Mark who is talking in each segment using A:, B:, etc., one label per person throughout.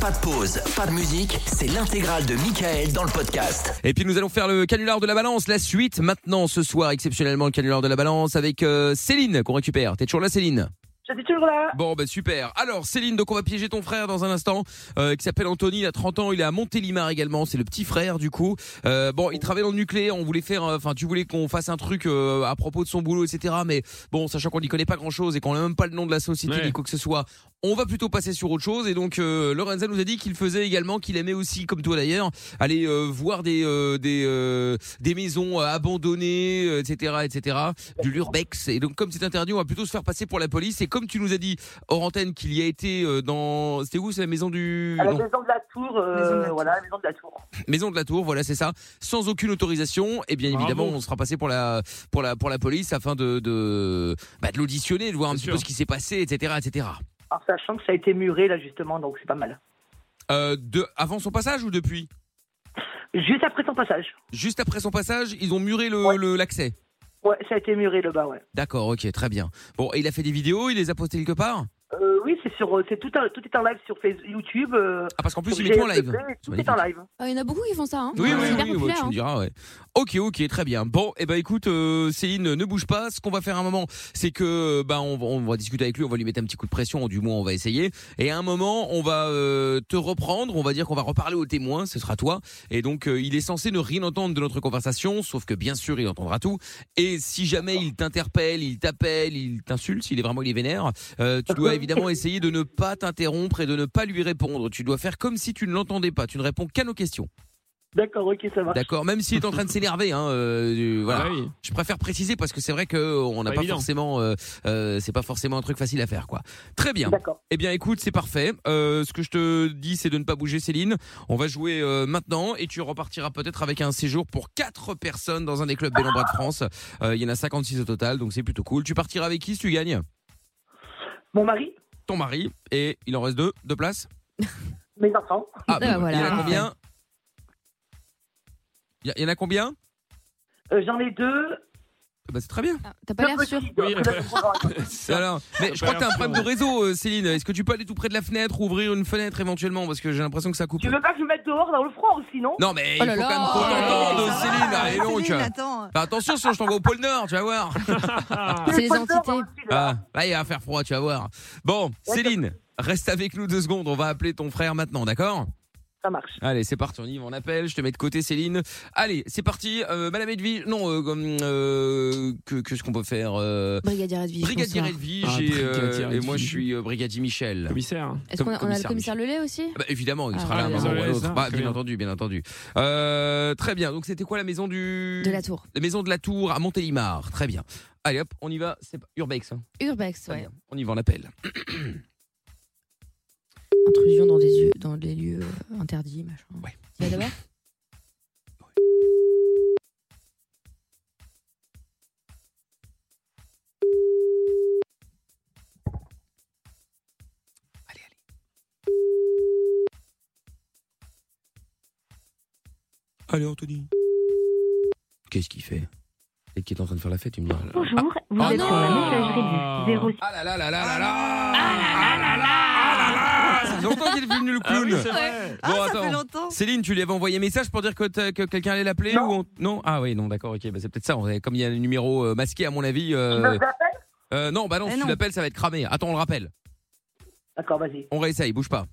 A: Pas de pause, pas de musique, c'est l'intégrale de Michael dans le podcast.
B: Et puis nous allons faire le canular de la balance, la suite maintenant ce soir, exceptionnellement le canular de la balance avec euh, Céline qu'on récupère. T'es toujours là Céline
C: Je suis toujours là.
B: Bon bah super. Alors Céline, donc on va piéger ton frère dans un instant, euh, qui s'appelle Anthony, il a 30 ans, il est à Montélimar également, c'est le petit frère du coup. Euh, bon, il travaille dans le nucléaire, on voulait faire, euh, enfin tu voulais qu'on fasse un truc euh, à propos de son boulot, etc. Mais bon, sachant qu'on n'y connaît pas grand-chose et qu'on n'a même pas le nom de la société
D: Ouais.
B: ni quoi que ce soit, on va plutôt passer sur autre chose. Et donc euh, Lorenza nous a dit qu'il faisait également, qu'il aimait aussi, comme toi d'ailleurs, aller euh, voir des euh, des euh, des maisons euh, abandonnées, euh, etc., etc. Du l'urbex. Et donc comme c'est interdit, on va plutôt se faire passer pour la police. Et comme tu nous as dit hors antenne qu'il y a été euh, dans, c'était où C'est la maison du
C: À la
B: non.
C: maison de la tour, euh,
E: Maison de la Tour.
C: voilà, la maison de la tour.
B: Maison de la Tour, voilà, c'est ça, sans aucune autorisation. Et bien évidemment,
D: Bravo.
B: on sera passé pour la pour la pour la police afin de de, bah, de l'auditionner, de voir un
D: Bien
B: petit
D: sûr.
B: peu ce qui s'est passé, etc., etc.
C: En sachant que ça a été muré là justement, donc c'est pas mal.
B: Euh, de avant son passage ou depuis
C: Juste après son passage.
B: Juste après son passage, ils ont muré le-
C: Ouais.
B: le l'accès.
C: Ouais, ça a été muré là-bas, ouais.
B: D'accord, ok, très bien. Bon, et il a fait des vidéos, il les a postées quelque part
C: Euh, oui, c'est sur, euh, c'est tout, un- tout est en live sur Facebook, YouTube. euh,
B: Ah, parce qu'en plus,
C: sur
B: il met tout en
C: GSP,
B: live. C'est
C: Tout est en live.
E: Ah, Il y en a beaucoup qui font ça. Hein.
B: Oui,
E: C'est
B: oui,
E: hyper
B: oui, ouais,
E: populaire,
B: tu
E: hein.
B: me diras, ouais. Ok, ok, très bien. Bon, eh ben écoute, euh, Céline, ne bouge pas. Ce qu'on va faire à un moment, c'est que ben on, va- on va discuter avec lui, on va lui mettre un petit coup de pression, du moins on va essayer. Et à un moment, on va euh, te reprendre, on va dire qu'on va reparler au témoin, ce sera toi. Et donc, euh, il est censé ne rien entendre de notre conversation, sauf que bien sûr, il entendra tout. Et si jamais il t'interpelle, il t'appelle, il t'insulte, s'il est vraiment il est vénère, euh, tu dois évidemment essayer de ne pas t'interrompre et de ne pas lui répondre. Tu dois faire comme si tu ne l'entendais pas. Tu ne réponds qu'à nos questions.
C: D'accord, ok, ça marche.
B: D'accord, même s'il est en train de s'énerver, hein, euh, euh, voilà.
D: Ah oui.
B: Je préfère préciser parce que c'est vrai que euh, on n'a
D: Pas
B: pas,
D: évident.
B: forcément, euh, euh, c'est pas forcément un truc facile à faire, quoi. Très bien.
C: D'accord.
B: Eh bien, écoute, c'est parfait. Euh, ce que je te dis, c'est de ne pas bouger, Céline. On va jouer euh, maintenant et tu repartiras peut-être avec un séjour pour quatre personnes dans un des clubs Bellambra de France. Euh, Il y en a 56 au total, donc c'est plutôt cool. Tu partiras avec qui si tu gagnes
C: Mon mari,
B: Ton mari et il en reste deux, deux places.
C: mes enfants,
B: Ah,
E: bah voilà.
B: Il y en a combien Il y a- il y en a combien
C: Euh, j'en ai deux.
B: Bah, C'est très bien.
E: Ah, T'as pas
C: deux
E: l'air sûr.
C: petits, donc,
D: Oui.
C: je vous raconte.
D: Ça-
B: Alors, mais je
D: Ça
B: crois que
D: a pas
B: t'as un
D: l'air
B: problème de réseau, euh, Céline. Est-ce que tu peux aller tout près de la fenêtre, ouvrir une fenêtre éventuellement Parce que j'ai l'impression que ça coupe.
C: tu veux pas que je me mette dehors dans le froid aussi, non
B: Non, mais
E: Oh
B: il
E: là
B: faut quand
E: là.
B: même qu'on
D: Oh là
B: t'entende,
D: là, ça
B: Céline.
F: Ah, va,
B: Allez, donc.
F: Céline, attends.
B: Fais attention, sinon je t'envoie au pôle Nord, tu vas voir.
D: Ah.
E: C'est les
C: Pas le dehors,
E: entités.
C: dans le sud, là.
B: Ah, là, il va faire froid, tu vas voir. Bon, Céline, reste avec nous deux secondes. On va appeler ton frère maintenant, d'accord
C: Ça marche.
B: Allez, c'est parti, on y va, on appelle. Je te mets de côté, Céline. Allez, c'est parti. Euh, Madame Edwige, non, euh, comme, euh, que, que ce qu'on peut faire euh,
E: Brigadier Edwige.
B: Brigadier
E: bonsoir.
B: Edwige
D: Ah,
B: et, euh,
D: Brigadier
B: et moi je
D: Edwige.
B: suis euh, Brigadier Michel.
D: Commissaire.
E: Est-ce
B: Comme
E: qu'on a, on a le
B: commissaire,
E: commissaire Lelay aussi
B: Bah, évidemment, il
E: Ah,
B: sera là à un
E: voilà.
B: moment ou à
D: Désolé,
B: l'autre.
D: ça,
B: Bah,
D: très
B: bien
D: bien.
B: entendu, bien entendu. Euh, très bien. Donc, c'était quoi la maison du.
E: De la tour.
B: La maison de la Tour à Montélimar. Très bien. Allez hop, on y va. C'est pas- Urbex. hein.
E: Urbex,
B: Très
E: ouais.
B: bien. On y va, on appelle.
E: Intrusion dans des, yeux- dans des lieux euh, interdits, machin.
B: Ouais.
E: Tu vas d'abord
B: Allez, allez. Allez, Anthony. Qu'est-ce qu'il fait Et qui est en train de faire la fête, tu me dis.
G: Bonjour, vous
B: Ah
G: êtes sur la
D: non
G: messagerie du 06.
B: Ah là là là là là là Ah là là là là Ça fait longtemps qu'il est venu le
D: Ah
B: clown.
D: oui, c'est vrai.
F: Ah,
B: Bon,
F: ça fait
B: attends.
F: longtemps.
B: Céline, tu lui avais envoyé un message pour dire que, t'as- que quelqu'un allait l'appeler
C: Non.
B: ou on- non Ah oui, non, d'accord, ok, bah, c'est peut-être ça. on est- Comme il y a le numéro euh, masqué, à mon avis.
C: Tu
B: euh,
C: veux que je l'appelle
B: euh, non, bah non,
F: Eh
B: si tu
F: non.
B: l'appelles, ça va être cramé. Attends, on le rappelle.
C: D'accord, vas-y.
B: On réessaye, bouge pas.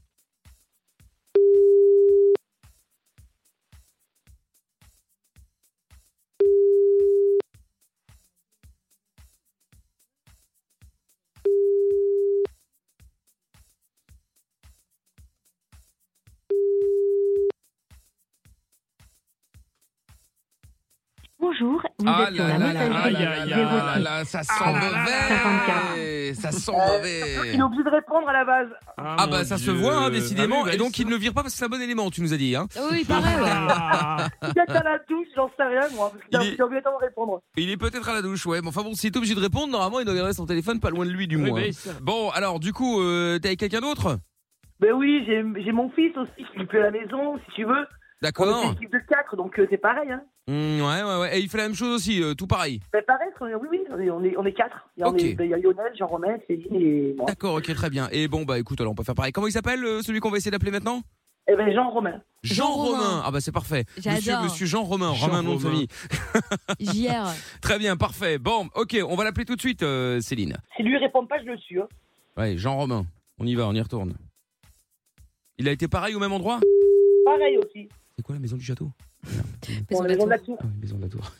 G: Bonjour, vous
B: Ah
G: êtes sur
B: là là
G: la
B: là là
G: messagerie
B: là là
G: du 06.
B: là, ça
D: Ah
B: sent
D: là là
G: là
B: mauvais Ça sent
C: Il est
B: mauvais
C: obligé de répondre à la base.
B: Ah bah
D: mon
B: ça se
D: Dieu.
B: voit, hein, décidément.
D: Ah oui, bah,
B: Et donc, il ne le vire pas parce que c'est un bon élément, tu nous as dit. Hein.
E: Oui, pareil, ouais.
D: Ah.
C: Il est à la douche, j'en sais rien, moi. Parce que
B: Il
C: t'as-
B: est-
C: t'as oublié de me répondre.
B: Il est peut-être à la douche, ouais. Mais enfin bon, s'il est obligé de répondre, normalement, il doit garder son téléphone pas loin de lui, du
D: Oui,
B: moins.
D: bah, ça-
B: Bon, alors, du coup, euh, t'es avec quelqu'un d'autre
C: Ben oui, j'ai j'ai mon fils aussi qui est plus à la maison, si tu veux. On est
B: D'accord.
C: une équipe de 4, donc euh, c'est pareil. Hein.
B: Mm, ouais, ouais, ouais. Et il fait la même chose aussi, euh, tout pareil.
C: Mais pareil, parce qu'on est- oui, oui, on est, on est, on est quatre. Il y, en
B: Ok.
C: est- ben, il y a Lionel, Jean-Romain, Céline et moi.
B: D'accord, ok, très bien. Et bon, bah écoute, alors on peut faire pareil. Comment il s'appelle euh, celui qu'on va essayer d'appeler maintenant
C: Et ben Jean-Romain.
B: Jean
E: Jean-Romain.
B: Romain. Ah bah c'est parfait. Monsieur,
E: J'adore.
B: monsieur Jean Romain,
D: Jean
B: Romain nom de
D: Romain.
B: famille.
E: JR.
B: Très bien, parfait. Bon, ok, on va l'appeler tout de suite, euh, Céline.
C: Si lui répond pas, je le suis. hein.
B: Ouais, Jean Romain. On y va, on y retourne. Il a été pareil au même endroit
C: Pareil aussi.
B: C'est quoi la maison du château
E: Maison
C: on
E: de
C: est
E: la
C: dans la tour.
E: Tour.
B: Ah oui, maison de la tour.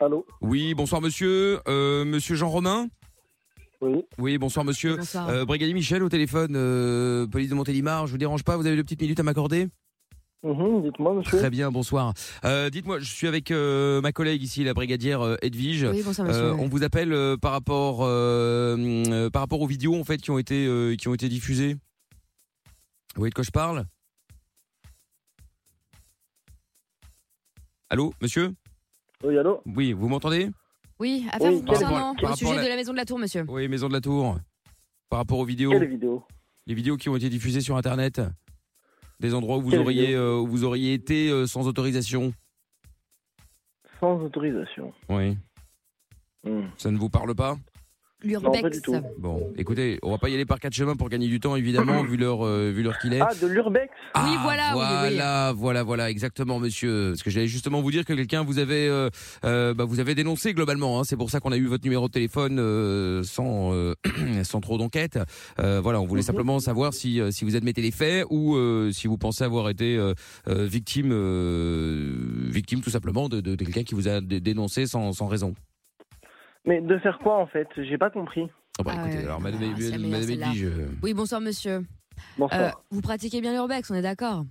C: Allô
B: Oui, bonsoir monsieur. Euh, monsieur Jean Romain
C: Oui.
B: Oui, bonsoir monsieur.
E: Bonsoir.
B: Euh, Brigadier Michel au téléphone, euh, police de Montélimar, je vous dérange pas, vous avez deux petites minutes à m'accorder
F: Mm-hmm,
C: Dites-moi, monsieur.
B: Très bien, bonsoir. Euh, Dites-moi, je suis avec euh, ma collègue ici, la brigadière euh, Edwige.
E: Oui, bonsoir, monsieur.
B: Euh,
E: ouais.
B: on vous appelle euh, par rapport euh, euh, par rapport aux vidéos en fait qui ont été euh, qui ont été diffusées. Vous voyez de quoi je parle Allô, monsieur
C: Oui, allô
B: Oui, vous m'entendez
E: Oui, affaire vous
C: par rapport
B: à-
E: concernant
B: par
E: au
B: rapport à
E: sujet
B: la-
E: de la maison de la tour, monsieur.
B: Oui, Maison de la Tour. Par rapport aux vidéos,
C: Quelle vidéo
B: les vidéos qui ont été diffusées sur internet des endroits où vous
C: Quelle
B: auriez euh, où vous auriez été euh, sans autorisation.
C: Sans autorisation.
B: Oui,
F: Mm.
B: ça ne vous parle pas
E: L'urbex.
C: pas du tout.
B: Bon, écoutez, on va pas y aller par quatre chemins pour gagner du temps évidemment vu l'heure euh, vu l'heure qu'il
F: Ah,
B: est.
C: de l'urbex
E: Oui, voilà, oui, oui, oui.
B: Ah, voilà, voilà, voilà, exactement, monsieur. Parce que j'allais justement vous dire que quelqu'un vous avait, euh, euh, bah, vous avez dénoncé globalement. hein. C'est pour ça qu'on a eu votre numéro de téléphone euh, sans, euh, sans trop d'enquête. Euh, voilà, on voulait simplement savoir si, euh, si vous admettez les faits ou euh, si vous pensez avoir été euh, euh, victime, euh, victime tout simplement de, de- de quelqu'un qui vous a dé- dénoncé sans, sans raison.
F: Mais de faire quoi en fait J'ai pas compris.
B: Ah bah,
E: Ah
B: écoutez,
E: ouais,
B: alors
E: ah,
B: madame,
E: c'est la
B: madame,
E: meilleure,
B: madame
E: celle-là.
B: Edwige, euh,
E: Oui, bonsoir, monsieur. Euh,
F: Bonsoir.
E: vous pratiquez bien l'urbex, on est d'accord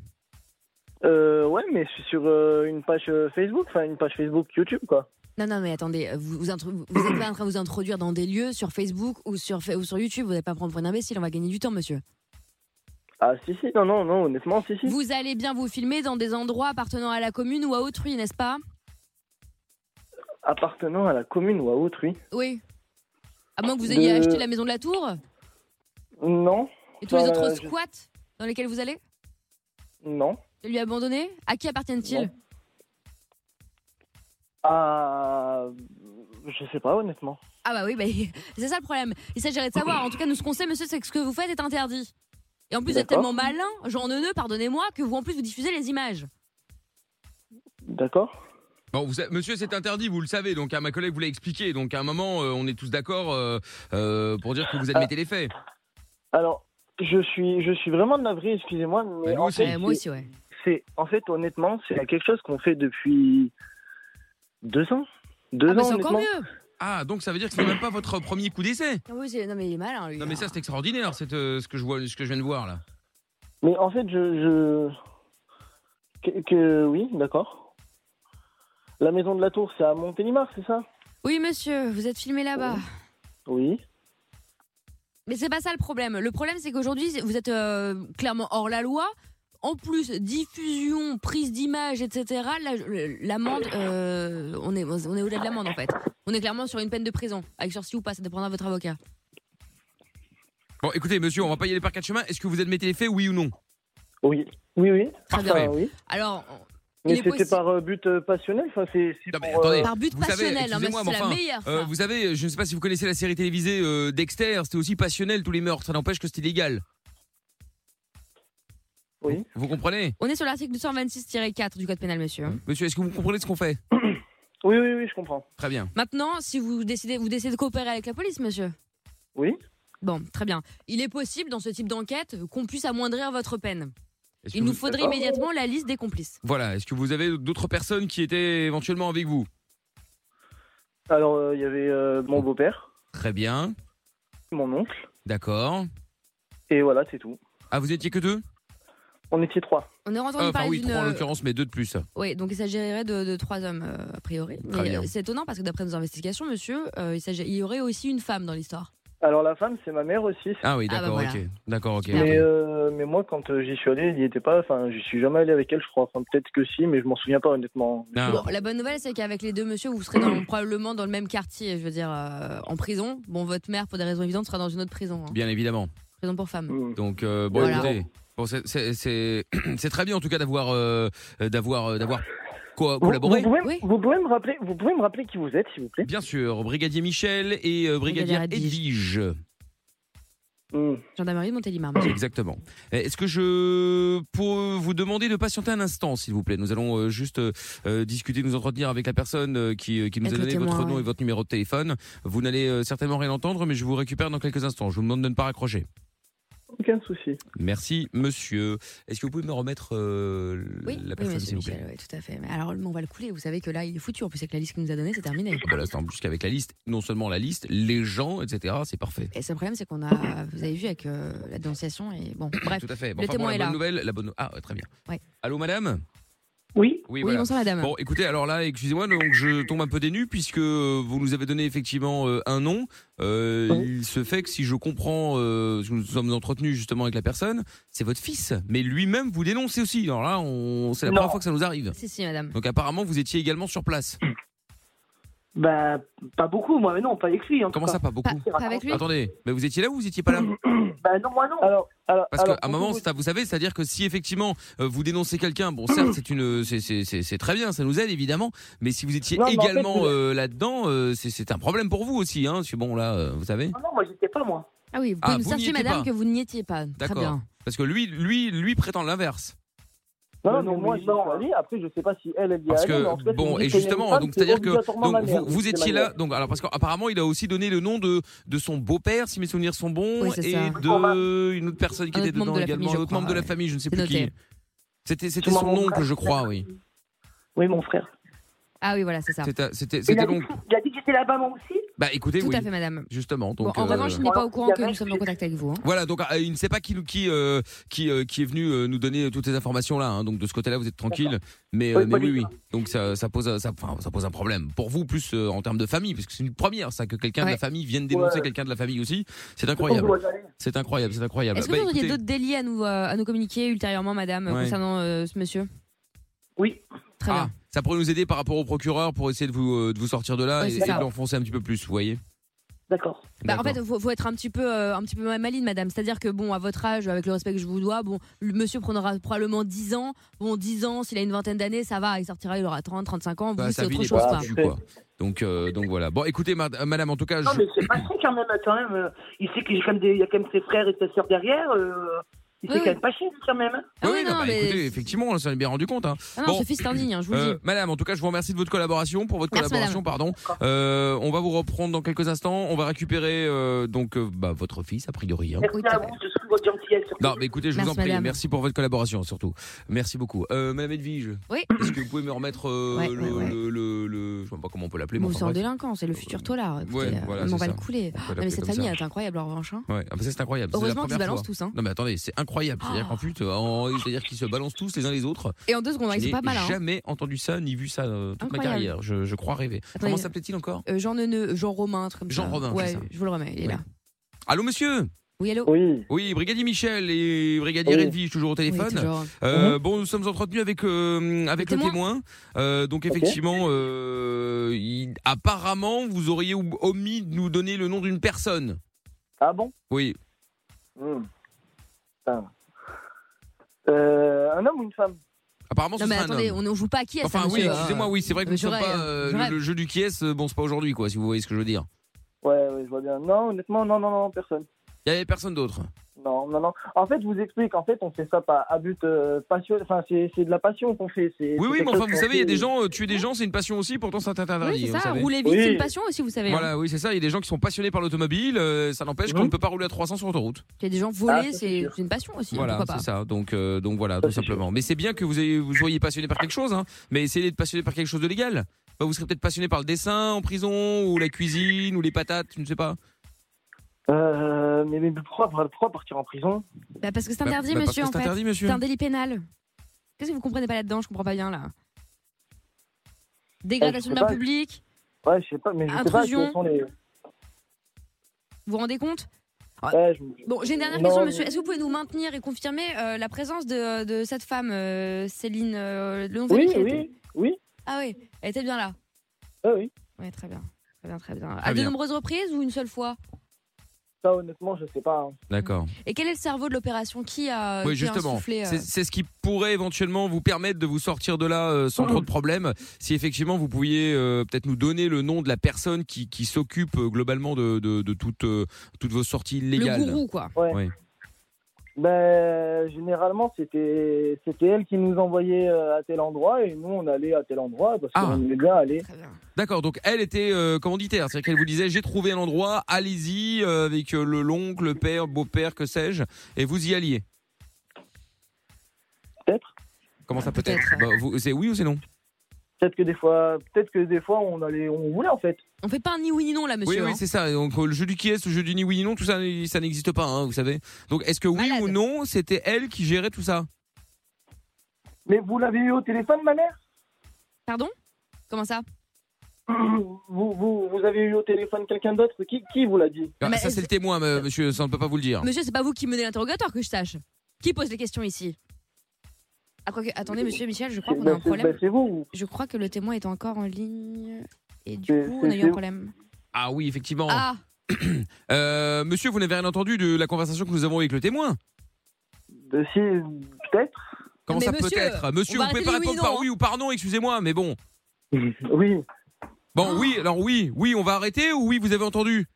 F: Euh, ouais, mais je suis sur euh, une page euh, Facebook, enfin une page Facebook YouTube quoi.
E: Non, non, mais attendez, euh, vous vous, intro- vous êtes pas en train de vous introduire dans des lieux sur Facebook ou sur, fa- ou sur YouTube, vous n'allez pas prendre pour un imbécile, on va gagner du temps, monsieur.
F: Ah si si, non non non, honnêtement si si.
C: Mm.
E: Vous allez bien vous filmer dans des endroits appartenant à la commune ou à autrui, n'est-ce pas
F: Appartenant à la commune ou à autrui.
E: Oui. À moins que vous ayez
F: De-
E: acheté la maison de la tour
F: Non,
E: et tous les
F: Bah,
E: autres
F: je-
E: squats dans lesquels vous allez
F: non.
E: les lui abandonner À qui appartiennent-ils
F: non. Ah, je sais pas honnêtement.
E: Ah bah oui, bah, c'est ça le problème. Il s'agirait de savoir. En tout cas, nous, ce qu'on sait, monsieur, c'est que ce que vous faites est interdit. Et en plus, vous êtes
F: D'accord.
E: tellement malin, genre neuneux, pardonnez-moi, que vous, en plus, vous diffusez les images.
F: D'accord.
B: Bon, vous savez- monsieur, c'est interdit, vous le savez. Donc, à ma collègue vous l'a expliqué. Donc, à un moment, euh, on est tous d'accord euh, euh, pour dire que vous
E: Ah.
B: admettez les faits.
F: Alors, je suis je suis vraiment navré, excusez-moi, mais
B: Bah, nous
F: en
B: aussi.
F: fait,
E: Ouais, Euh, moi aussi, ouais.
F: c'est en fait honnêtement, c'est quelque chose qu'on fait depuis deux ans. Deux
E: Ah bah
F: ans
E: c'est encore
F: honnêtement.
E: mieux.
B: Ah, donc ça veut dire que ce n'est même pas votre premier coup d'essai.
E: Ah oui, c'est- non mais il est malin lui. hein.
B: Non, mais ça, c'est extraordinaire, cette, euh, ce que je vois, ce que je viens de voir là.
F: Mais en fait, je. je... Que, que- Oui, d'accord. La maison de la tour, c'est à Montélimar, c'est ça
E: Oui monsieur, vous êtes filmé là-bas.
F: Oui.
E: Mais c'est pas ça le problème. Le problème c'est qu'aujourd'hui c'est- vous êtes euh, clairement hors la loi. En plus, diffusion, prise d'image, etc. là, je- L'amende, euh, on est, on est au-delà de l'amende en fait. On est clairement sur une peine de prison, avec sursis ou pas, ça dépendra de votre avocat.
B: Bon, écoutez, monsieur, on va pas y aller par quatre chemins. Est-ce que vous admettez les faits, oui ou non
F: Oui. Oui, oui.
E: Très
B: Parfait.
E: bien.
F: Enfin, oui.
E: Alors, Il
F: Mais
E: est
F: c'était
E: possible.
F: par euh, but euh, passionnel, enfin, c'est. c'est
B: Non, mais
F: pour, euh,
B: attendez.
E: par but
B: Eh, vous savez,
E: passionnel, hein, mais
B: excusez-moi,
E: c'est
B: mais
E: la
B: enfin,
E: meilleure.
B: Euh,
E: ça.
B: vous savez, je ne sais pas si vous connaissez la série télévisée euh, Dexter. C'était aussi passionnel tous les meurtres. Ça n'empêche que c'était illégal.
F: Oui.
B: Vous comprenez,
E: On est sur l'article 226-4 du code pénal, monsieur.
B: monsieur Est-ce que vous comprenez ce qu'on fait
F: euh, Oui, oui, oui, je comprends.
B: Très bien.
E: Maintenant, si vous décidez, vous décidez de coopérer avec la police, monsieur.
F: Oui.
E: Bon, très bien. Il est possible, dans ce type d'enquête, qu'on puisse amoindrir votre peine.
B: Est-ce que
E: Il
B: vous-
E: nous faudrait
F: D'accord.
E: immédiatement la liste des complices.
B: Voilà. Est-ce que vous avez d'autres personnes qui étaient éventuellement avec vous
F: Alors, euh, il y avait euh, mon beau-père,
B: Très bien.
F: mon oncle,
B: D'accord.
F: et voilà, c'est tout.
B: Ah, vous étiez que deux
F: On était trois.
E: On est rentré
B: Ah, Enfin
E: parler
B: oui,
E: d'une. euh,
B: trois en l'occurrence, mais deux de plus.
E: Oui, donc il s'agirait de, de trois hommes euh, a priori.
B: Très
E: Mais
B: bien.
E: euh, c'est étonnant parce que d'après nos investigations, monsieur, euh, il, s'agit- il y aurait aussi une femme dans l'histoire.
F: Alors, la femme, c'est ma mère aussi.
B: Ah oui,
E: Ah, bah,
B: d'accord,
E: voilà.
B: ok. D'accord, ok.
F: Mais, euh, mais moi, quand euh, j'y suis allé, il n'y était pas. Enfin, j'y suis jamais allé avec elle, je crois. Enfin, peut-être que si, mais je m'en souviens pas, honnêtement.
B: Ah.
E: Bon, la bonne nouvelle, c'est qu'avec les deux monsieur, vous serez dans- probablement dans le même quartier, je veux dire, euh, en prison. Bon, votre mère, pour des raisons évidentes, sera dans une autre prison, hein.
B: Bien évidemment.
E: prison pour femmes.
F: Hmm.
B: Donc, euh, bon,
E: Voilà.
B: écoutez. Bon, c'est- c'est c'est- c'est très bien en tout cas d'avoir euh, d'avoir euh, d'avoir co-
F: Vous,
B: collaboré.
F: vous pouvez,
E: Oui.
F: vous pouvez me rappeler, vous pouvez me rappeler qui vous êtes, s'il vous plaît.
B: Bien sûr, brigadier Michel et euh, brigadier
E: Brigadier
B: Edwige.
F: Hmm.
E: Gendarmerie de Montélimar.
B: Exactement. Euh, Est-ce que je peux vous demander de patienter un instant, s'il vous plaît Nous allons euh, juste euh, euh, discuter, nous entretenir avec la personne euh, qui, euh, qui nous
E: Avec
B: a
E: le
B: donné
E: témoin,
B: votre nom
E: ouais.
B: et votre numéro de téléphone. Vous n'allez euh, certainement rien entendre, mais je vous récupère dans quelques instants. Je vous demande de ne pas raccrocher.
F: Aucun souci.
B: Merci, monsieur. Est-ce que vous pouvez me remettre euh, la personne,
E: monsieur
B: s'il vous plaît
E: Michel, oui, tout à fait. Mais alors, on va le couler. Vous savez que là, il est foutu. En plus, avec la liste qu'il nous a donnée, c'est terminé.
B: Ah bah là, c'est en plus qu'avec la liste, non seulement la liste, les gens, etc. C'est parfait.
E: Et ce problème, c'est qu'on a, vous avez vu avec euh, la dénonciation et bon, bref.
B: Tout à fait. Bon,
E: le
B: enfin, bon,
E: témoin
B: la
E: est
B: bonne
E: là.
B: nouvelle, la bonne. Ah, très bien.
E: Ouais.
B: Allô, madame.
C: Oui.
E: Oui,
B: voilà.
E: bonsoir madame.
B: Bon, écoutez, alors là, excusez-moi, donc je tombe un peu dénu puisque euh, vous nous avez donné effectivement euh, un nom. Euh,
F: Oui.
B: Il se fait que si je comprends, euh, parce que nous nous sommes entretenus justement avec la personne, c'est votre fils, mais lui-même vous dénoncez aussi. Alors là, on... c'est la
F: Non.
B: première fois que ça nous arrive.
E: Si, si, madame.
B: Donc apparemment, vous étiez également sur place.
C: Bah, pas beaucoup, moi, mais non, pas avec lui. En tout
B: Comment
C: cas.
B: ça, pas
E: Pas,
B: beaucoup
E: pas avec lui
B: Attendez, mais vous étiez là ou vous étiez pas là
C: Bah, non, moi, non.
F: Alors, alors,
B: Parce
F: alors,
B: qu'à un moment,
F: pour-
B: ça, vous savez, c'est-à-dire que si effectivement euh, vous dénoncez quelqu'un, bon, certes, c'est une, euh, c'est- c'est c'est- c'est très bien, ça nous aide évidemment, mais si vous étiez
F: Non, mais en fait,
B: également
F: vous-
B: euh, là-dedans, euh, c'est- c'est un problème pour vous aussi, hein. Parce que bon, là, euh, vous savez,
C: Non, non, moi, j'étais pas, moi.
E: Ah oui, vous
B: Ah,
E: pouvez nous
B: vous n'y
E: certifier
B: étiez
E: madame
B: pas.
E: que vous n'y étiez pas. Très
B: D'accord.
E: bien.
B: parce que lui, lui, lui prétend l'inverse.
F: Non, non,
C: Non,
F: mais
C: mais
F: moi, je
C: non,
F: suis
C: ouais.
F: allé. Après, je sais pas si elle, elle y est
B: Parce
F: allée,
B: que
F: mais en tout cas, si vous
B: bon,
F: dites
B: et
F: qu'il y a une
B: justement,
F: femme,
B: donc
F: c'est
B: c'est-à-dire que
F: obligatoirement ma
B: donc
F: mère,
B: vous,
F: de
B: vous
F: toute
B: étiez là,
F: manière.
B: donc alors parce qu'apparemment, il a aussi donné le nom de de son beau-père, si mes souvenirs sont bons,
E: Oui, c'est
B: et
E: ça.
B: de une autre personne qui
E: Un
B: était
E: autre membre
B: dedans
E: de la
B: également,
E: famille,
B: un
E: je
B: autre membre de
E: crois,
B: la
E: ouais.
B: famille, je ne sais
E: C'est
B: plus qui.
E: noté.
B: C'était c'était
C: Tout
B: son
C: le monde
B: oncle,
C: comprend.
B: je crois, oui.
C: Oui, mon frère.
E: Ah oui, voilà, c'est ça.
B: C'était c'était
C: Il
B: c'était
C: a, dit,
B: donc.
C: il a dit que j'étais là-bas, moi aussi.
B: Bah écoutez,
E: Tout
B: oui.
E: à fait madame.
B: Justement,
E: Bon,
B: donc
E: en
B: euh,
E: revanche, il n'est pas
C: voilà,
E: au courant
C: il y a
E: que
C: même
E: nous sommes
C: que-
E: en contact avec vous. hein.
B: voilà, donc euh, il ne sait pas qui nous- qui euh, qui euh, qui est venu euh, nous donner toutes ces informations là. donc de ce côté-là, vous êtes tranquille, mais euh,
C: Oui,
B: mais
C: pas
B: oui,
C: du
B: oui.
C: tout.
B: Donc ça ça pose un- ça, enfin, ça pose un problème pour vous plus euh, en termes de famille, parce que c'est une première ça que quelqu'un de la
E: Ouais.
B: famille vienne dénoncer
F: Ouais.
B: quelqu'un de la famille aussi. C'est
C: On
B: incroyable,
C: doit y aller.
B: c'est incroyable, c'est incroyable.
E: Est-ce que
B: Bah,
E: vous auriez
B: écoutez,
E: d'autres délits à nous, euh, à nous communiquer ultérieurement, madame, euh,
B: Ouais.
E: concernant euh, ce monsieur
C: Oui.
E: Très
B: ah,
E: bien.
B: ça pourrait nous aider par rapport au procureur pour essayer de vous euh, de vous sortir de là
E: Ouais,
B: et,
E: c'est
B: et
E: ça.
B: de l'enfoncer un petit peu plus, vous voyez.
C: D'accord.
E: Bah, en
B: D'accord.
E: fait, il faut, faut être un petit peu, euh, un petit peu maline, madame. C'est-à-dire que, bon, à votre âge, avec le respect que je vous dois, bon, le monsieur prendra probablement 10 ans. Bon, 10 ans, s'il a une vingtaine d'années, ça va, il sortira, il aura 30, 35 ans.
B: Bah,
E: Vous, c'est
B: sa vie
E: autre
B: n'est
E: chose,
B: pas
E: quoi.
B: foutue, quoi. Donc euh, donc voilà. Bon, écoutez ma- euh, madame, en tout cas,
C: Non,
B: je-
C: mais c'est pas con quand même, quand même. euh, Il sait qu'il y a quand même des- il y a quand même ses frères et sa sœur derrière. euh, Il
E: Oui,
C: sait
E: oui.
C: quand même pas chier, quand même.
E: Ah
B: Oui,
E: oui,
B: non,
E: non,
B: bah,
E: mais-
B: écoutez, effectivement, on s'en est bien rendu compte hein.
E: Ah non,
B: Bon.
E: ce fils est indigne, hein, je vous le
B: Euh,
E: dis.
B: madame, en tout cas, je vous remercie de votre collaboration, pour votre
E: Merci,
B: collaboration, pardon. Euh, on va vous reprendre dans quelques instants. On va récupérer euh, donc euh, bah, votre fils, a priori. hein.
C: Merci
E: Oui,
C: à
E: t'as-
C: vous, je suis votre gentillesse. surtout.
B: Non, mais écoutez, je vous
E: Merci,
B: en prie.
E: madame.
B: Merci pour votre collaboration, surtout. Merci beaucoup. Euh, madame Edwige,
E: Oui.
B: est-ce que vous pouvez me remettre euh,
E: Ouais,
B: le,
E: ouais, ouais.
B: le- le- le- Je sais pas comment on peut l'appeler, mais
E: Bon,
B: enfin,
E: c'est un
B: bref,
E: délinquant, c'est le futur tolard. Écoutez,
B: ouais,
E: euh,
B: voilà,
E: mais
B: c'est
E: on va
B: ça.
E: le couler.
B: on peut
E: Non, mais
B: l'appeler
E: cette
B: comme
E: famille
B: ça.
E: est incroyable, en revanche. hein.
B: Ouais, ah, bah, ça, c'est incroyable. c'est la
E: Heureusement qu'ils
B: première
E: balancent Oh.
B: fois.
E: tous. hein.
B: Non, mais attendez, c'est incroyable. C'est-à-dire qu'en plus, euh, en- c'est-à-dire qu'ils se balancent tous les uns les autres.
E: Et en deux secondes, ils
B: je
E: sont
B: n'ai
E: pas malins. hein.
B: jamais entendu ça ni vu ça euh, toute ma
E: Incroyable.
B: carrière. Je, je crois rêver.
E: Attendez.
B: Comment s'appelait-il encore
E: Euh, Jean Neneu, Jean Romain, un truc comme
B: Jean
E: ça.
B: Romain, c'est
E: ouais,
B: ça.
E: je vous le remets, il est
B: Ouais.
E: là.
B: Allô, monsieur.
E: Oui, allô
F: Oui.
B: Oui, brigadier Michel et brigadier
F: Oui.
B: Edwige toujours au
E: Oui,
B: téléphone.
E: toujours.
B: Euh,
F: Mhm.
B: Bon, nous sommes entretenus avec euh, avec le
E: Le
B: témoin.
E: témoin.
B: Euh, donc effectivement, euh, il- apparemment, vous auriez ou- omis de nous donner le nom d'une personne.
F: Ah bon
B: Oui,
F: Hmm. Putain. Euh, un homme ou une femme
B: apparemment, ce
E: Non, mais
B: serait un
E: attendez,
B: homme.
E: on ne joue pas à qui est euh,
B: Enfin oui, excusez-moi, oui, c'est vrai que nous ne
E: Je
B: sommes
E: rêve,
B: pas euh,
E: je
B: le,
E: rêve.
B: le jeu du qui est, euh, bon, c'est pas aujourd'hui quoi, si vous voyez ce que je veux dire.
F: Ouais, ouais, je vois bien. Non, honnêtement, non, non, non, personne.
B: Il y avait personne d'autre.
F: Non, non, non. En fait, je vous explique. En fait, on fait ça par, à but euh, passion. Enfin, c'est c'est de la passion qu'on fait. c'est-
B: Oui,
F: c'est
B: oui,
F: quelque
B: mais enfin,
F: chose
B: vous
F: qu'on
B: savez, il y a
F: fait-
B: des gens, euh, tuer des gens, c'est une passion aussi, pourtant c'est interdit.
E: Oui, c'est
B: Ah bah, vous
E: ça,
B: savez.
E: rouler vite, c'est
F: Oui.
E: une passion aussi, vous savez. hein.
B: Voilà, oui, c'est ça. Il y a des gens qui sont passionnés par l'automobile. euh, ça n'empêche qu'on
F: Mhm.
B: ne peut pas rouler à 300 sur autoroute.
E: Il y a des gens
F: Ah,
E: volés,
F: ça, c'est
E: c'est
F: sûr.
E: c'est une passion aussi, hein,
B: Voilà,
E: pourquoi
B: c'est
E: pas.
B: ça. Donc, euh, donc voilà, tout
F: c'est
B: simplement. Mais c'est bien que vous, ayez, vous soyez passionné par quelque chose, hein. Mais essayez d'être passionné par quelque chose de légal. Bah, vous serez peut-être passionné par le dessin en prison, ou la cuisine, ou les patates, je ne sais pas.
F: Euh, mais, mais pourquoi, pourquoi partir en prison
E: Bah, parce que c'est
B: Bah,
E: interdit,
B: bah, parce
E: monsieur,
B: que
E: en
B: c'est
E: fait.
B: interdit, monsieur.
E: C'est un délit pénal. Qu'est-ce que vous comprenez pas là-dedans Je comprends pas bien là. Dégradation
F: Euh, je sais
E: d'un
F: pas.
E: public,
F: Ouais, je sais pas, mais je sais pas
E: Intrusion.
F: quels sont les.
E: vous vous rendez compte
F: Ouais, je-
E: Bon, j'ai une dernière
F: Non,
E: question,
F: mais-
E: monsieur. Est-ce que vous pouvez nous maintenir et confirmer euh, la présence de, de cette femme, euh, Céline euh, le nom de
F: Oui,
E: famille qu'elle était
F: oui, oui,
E: Ah oui, elle était bien là.
F: ah oui.
E: Oui, très bien. Très bien, très bien.
B: Très
E: À de
B: bien.
E: nombreuses reprises ou une seule fois
F: Ça, honnêtement, je sais pas. hein.
B: D'accord.
E: Et quel est le cerveau de l'opération Qui a,
B: Oui,
E: qui a
B: justement.
E: insufflé, euh,
B: C'est c'est ce qui pourrait éventuellement vous permettre de vous sortir de là euh, sans trop de problèmes. Si effectivement vous pouviez euh, peut-être nous donner le nom de la personne qui, qui s'occupe euh, globalement de, de, de toutes, euh, toutes vos sorties
E: le
B: illégales.
E: gourou, quoi.
F: Ben, généralement, c'était c'était elle qui nous envoyait euh, à tel endroit et nous, on allait à tel endroit parce
B: Ah.
F: qu'on aimait bien aller.
E: Très bien.
B: D'accord, donc elle était euh, commanditaire, c'est-à-dire qu'elle vous disait j'ai trouvé un endroit, allez-y euh, avec euh, le l'oncle, le père, beau-père, que sais-je, et vous y alliez.
F: Peut-être.
B: Comment ça peut-être
E: peut-être.
B: Bah, vous- C'est oui ou c'est non
F: Peut-être que des fois, peut-être que des fois, on allait, on voulait en fait.
E: On fait pas un ni oui ni non, là, monsieur.
B: Oui, oui,
E: hein.
B: c'est ça. Donc euh, le jeu du qui est, le jeu du ni oui ni non, tout ça, ça n'existe pas, hein, vous savez. Donc est-ce que oui
E: Malade.
B: ou non, c'était elle qui gérait tout ça
F: Mais vous l'avez eu au téléphone, ma mère
E: Pardon Comment ça
F: vous, vous, vous avez eu au téléphone quelqu'un d'autre qui, qui vous l'a dit
B: Ah,
E: Mais euh,
B: Ça
E: est-ce-
B: c'est le témoin, me- monsieur. Ça on ne peut pas vous le dire.
E: Monsieur, c'est pas vous qui menez l'interrogatoire, que je sache. Qui pose les questions ici Ah, quoique- Attendez, monsieur Michel, je crois qu'on a
F: Ben,
E: un
F: c'est- ben,
E: problème.
F: C'est vous.
E: Je crois que le témoin est encore en ligne. Et du
F: C'est-
E: coup, on a
F: c'est-
E: eu un
F: c'est-
E: problème.
B: Ah oui, effectivement.
E: Ah
B: Euh, monsieur, vous n'avez rien entendu de la conversation que nous avons avec le témoin.
F: De euh, si, peut-être.
B: Comment
E: Mais
B: ça
E: monsieur,
B: peut être Monsieur,
E: on va
B: vous pouvez
E: arrêter
B: pas
E: les oui,
B: répondre
E: non,
B: par
E: hein.
B: oui ou par non. Excusez-moi, mais bon.
F: Oui.
B: Bon, oui. Alors oui, oui, on va arrêter ou oui, vous avez entendu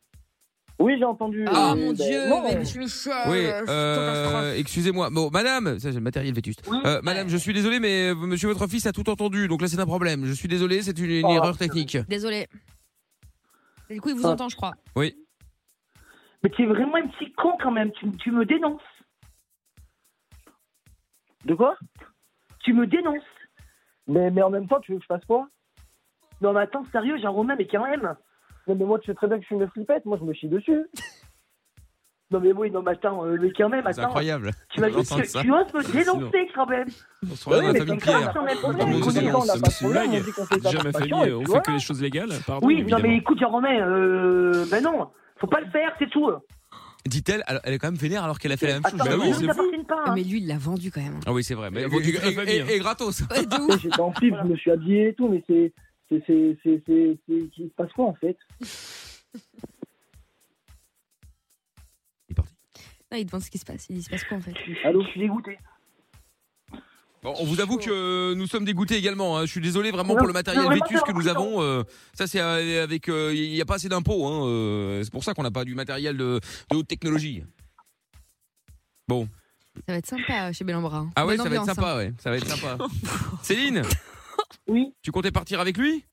F: Oui, j'ai entendu.
E: Ah
F: Euh,
E: mon
F: ben,
E: dieu,
F: non.
E: mais monsieur Michel
B: Oui,
E: Oh c'est
B: euh,
E: catastrophe.
B: excusez-moi. Bon, madame, ça j'ai le matériel vétuste.
F: Oui.
B: Euh, madame, je suis désolé, mais euh, monsieur, votre fils a tout entendu, donc là c'est un problème. Je suis désolé, c'est une, une
F: Oh.
B: erreur technique.
E: Désolé. Et Du coup, il vous
F: Ah.
E: entend, je crois.
C: Mais tu es vraiment un petit con quand même. Tu, tu me dénonces.
F: De quoi
C: Tu me dénonces.
F: mais, mais en même temps, tu veux que je fasse quoi
C: Non, mais attends, sérieux, Jean-Romain, mais quand même.
F: Non, mais moi, tu sais très bien que je suis une flippette. Moi, je me chie dessus.
C: Non, mais oui, non, mais attends, euh, mais quand même,
B: C'est
C: attends.
B: incroyable.
C: Tu m'as dit
B: J'entends
C: que
B: ça.
C: tu oses me dénoncer quand même.
B: On se regarde dans la
F: Oui, mais
B: famille
F: comme ça,
B: Pierre.
C: Attends, mais
F: On
C: problème,
F: est
D: mais
C: quoi.
D: c'est
F: content, on a
D: c'est-
F: pas de
D: c'est une
F: problème, on
D: blague.
F: dit qu'on fait
D: C'est
F: ça
D: Déjà ma
F: par
D: famille,
F: passion, et
D: on
F: puis
D: fait
F: voilà.
D: que les choses légales. Pardon.
C: Oui, non, mais
D: Ah évidemment.
C: écoute, Jean-Romain, euh, ben non. Faut pas le faire, c'est tout.
B: Dit-elle, alors, elle est quand même vénère alors qu'elle a fait la même chose.
C: Attends,
B: juste
C: non,
D: bah oui,
B: avant.
C: ça
D: c'est
C: t'appartient
F: Ah.
C: pas. hein.
E: Ah, Mais lui, il l'a vendu quand même. hein.
B: Ah oui, c'est vrai. Mais
D: Et-
B: bon, du-
D: et-
B: et- et- et gratos.
E: Ouais, de ouf.
F: J'étais en flip, je me suis habillé et tout, mais c'est. c'est- c'est- c'est- c'est- c'est- Il se passe quoi en fait
B: Il est parti.
E: Non, il demande ce qui se passe. Il dit, se passe quoi en fait
F: Allô Je suis dégoûté.
B: Bon, on vous avoue que euh, nous sommes dégoûtés également. hein. Je suis désolé vraiment
C: Non,
B: pour le matériel
C: non, mais
B: vétus que
C: non,
B: nous
C: non.
B: avons. euh, ça, c'est euh, avec. euh, Il n'y a pas assez d'impôts. Hein, euh, c'est pour ça qu'on n'a pas du matériel de, de haute technologie.
E: Ça va être sympa euh, chez Bellambra. hein.
B: Ah ouais,
E: Bonne
B: ça va être
E: ambiance,
B: sympa. Ouais, ça va être sympa. Céline,
F: Oui
B: tu comptais partir avec lui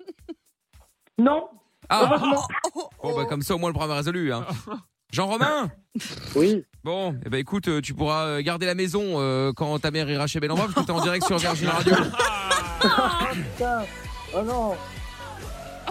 C: Non,
E: Oh,
B: Ah,
C: heureusement.
B: bon, bah, comme ça au moins le problème est résolu. hein. Jean-Romain
F: Oui
B: Bon, eh ben écoute, euh, tu pourras euh, garder la maison euh, quand ta mère ira chez Bellambra parce que t'es en direct sur Virgin Radio.
F: Ah, Putain Oh non
E: hein.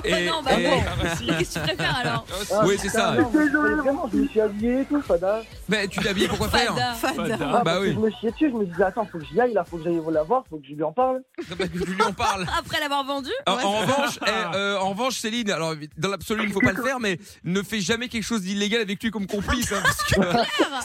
E: Ah non, bah
B: Et-
E: bon. Mais Qu'est-ce que tu préfères alors
F: Ah,
B: Oui, c'est ça.
F: putain, non, mais Vraiment, je me
D: Ah.
F: suis habillé et tout, Fada.
B: Mais tu t'habilles, pourquoi faire
E: Fada.
D: Fada.
F: Ah,
B: Bah
F: parce que
B: oui.
F: Je me chiais dessus, je me disais, attends, faut que j'y aille là, faut que j'aille la voir, faut que je lui en parle.
B: Non, parce que Tu lui en parles.
E: Après l'avoir vendu
B: En,
E: ouais. Ah.
B: en revanche, eh, euh, en revanche, Céline, alors dans l'absolu, il ne faut pas le faire, mais ne fais jamais quelque chose d'illégal avec lui comme complice, hein, parce que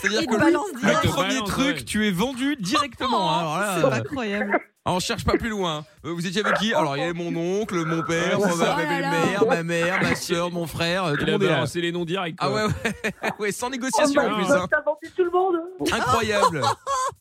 B: c'est-à-dire
H: Il
B: que
H: balance
B: le
H: direct.
D: te
B: premier
D: balance,
B: truc,
D: ouais.
B: tu es vendu
E: Oh,
B: directement. hein. alors là,
H: C'est
B: euh,
H: incroyable.
B: on cherche pas plus loin. Euh, Vous étiez avec qui Alors il y avait mon oncle, mon père,
D: Ouais,
B: ma,
D: c'est
B: ma
E: ça. Oh là là.
B: belle-mère, ma mère, ma soeur, mon frère. euh, Tout
D: Il
B: le
D: a
B: monde est là.
D: balancé les noms directs.
B: Ah
D: quoi.
B: ouais, ouais, ouais, sans négociation
D: Oh
B: en
D: my
B: plus.
D: God.
B: hein.
C: t'as vendu tout le monde.
B: Incroyable,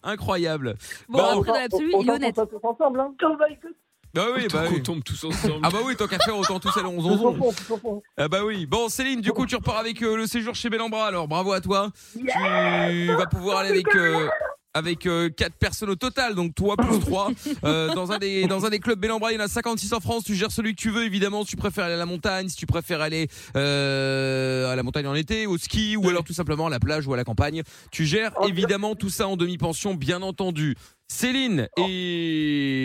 B: incroyable.
E: Bon,
B: Bon.
E: après, dans l'absolu, il est
F: Autant
E: honnête.
F: qu'on soit tous ensemble, hein.
C: Oh my God.
B: Bah oui,
D: Tant
B: bah
D: qu'on
B: oui.
D: tombe tous ensemble.
B: Ah bah oui, tant qu'à faire, autant tous aller
F: Tout au
B: on
F: fond, tout au fond.
B: Ah bah oui. Bon Céline, du coup tu repars avec euh, le séjour chez Bellambra. Alors bravo à toi. tu vas pouvoir aller avec euh, avec euh, quatre personnes au total, donc toi plus trois euh, dans un des dans un des clubs Bellambra. Il y en a 56 en France. Tu gères celui que tu veux évidemment. Si tu préfères aller à la montagne, si tu préfères aller euh, à la montagne en été, au ski ou alors tout simplement à la plage ou à la campagne. Tu gères évidemment tout ça en demi-pension, bien entendu. Céline et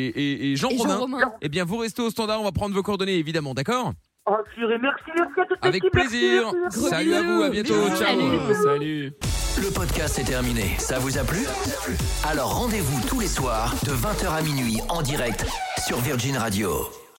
B: et, et Jean
E: Et
B: Romain.
E: Jean-Romain.
B: Eh bien, vous restez au standard, on va prendre vos coordonnées évidemment, d'accord
C: Oh, purée, merci, merci à toute
B: Avec
C: l'équipe, merci,
B: plaisir.
C: merci, merci.
E: Gros
B: Salut à
E: bisous.
B: vous, à bientôt.
E: Bisous.
B: Ciao.
E: Salut.
D: Salut.
A: Le podcast est terminé. Ça vous a plu Alors rendez-vous tous les soirs de 20h à minuit en direct sur Virgin Radio.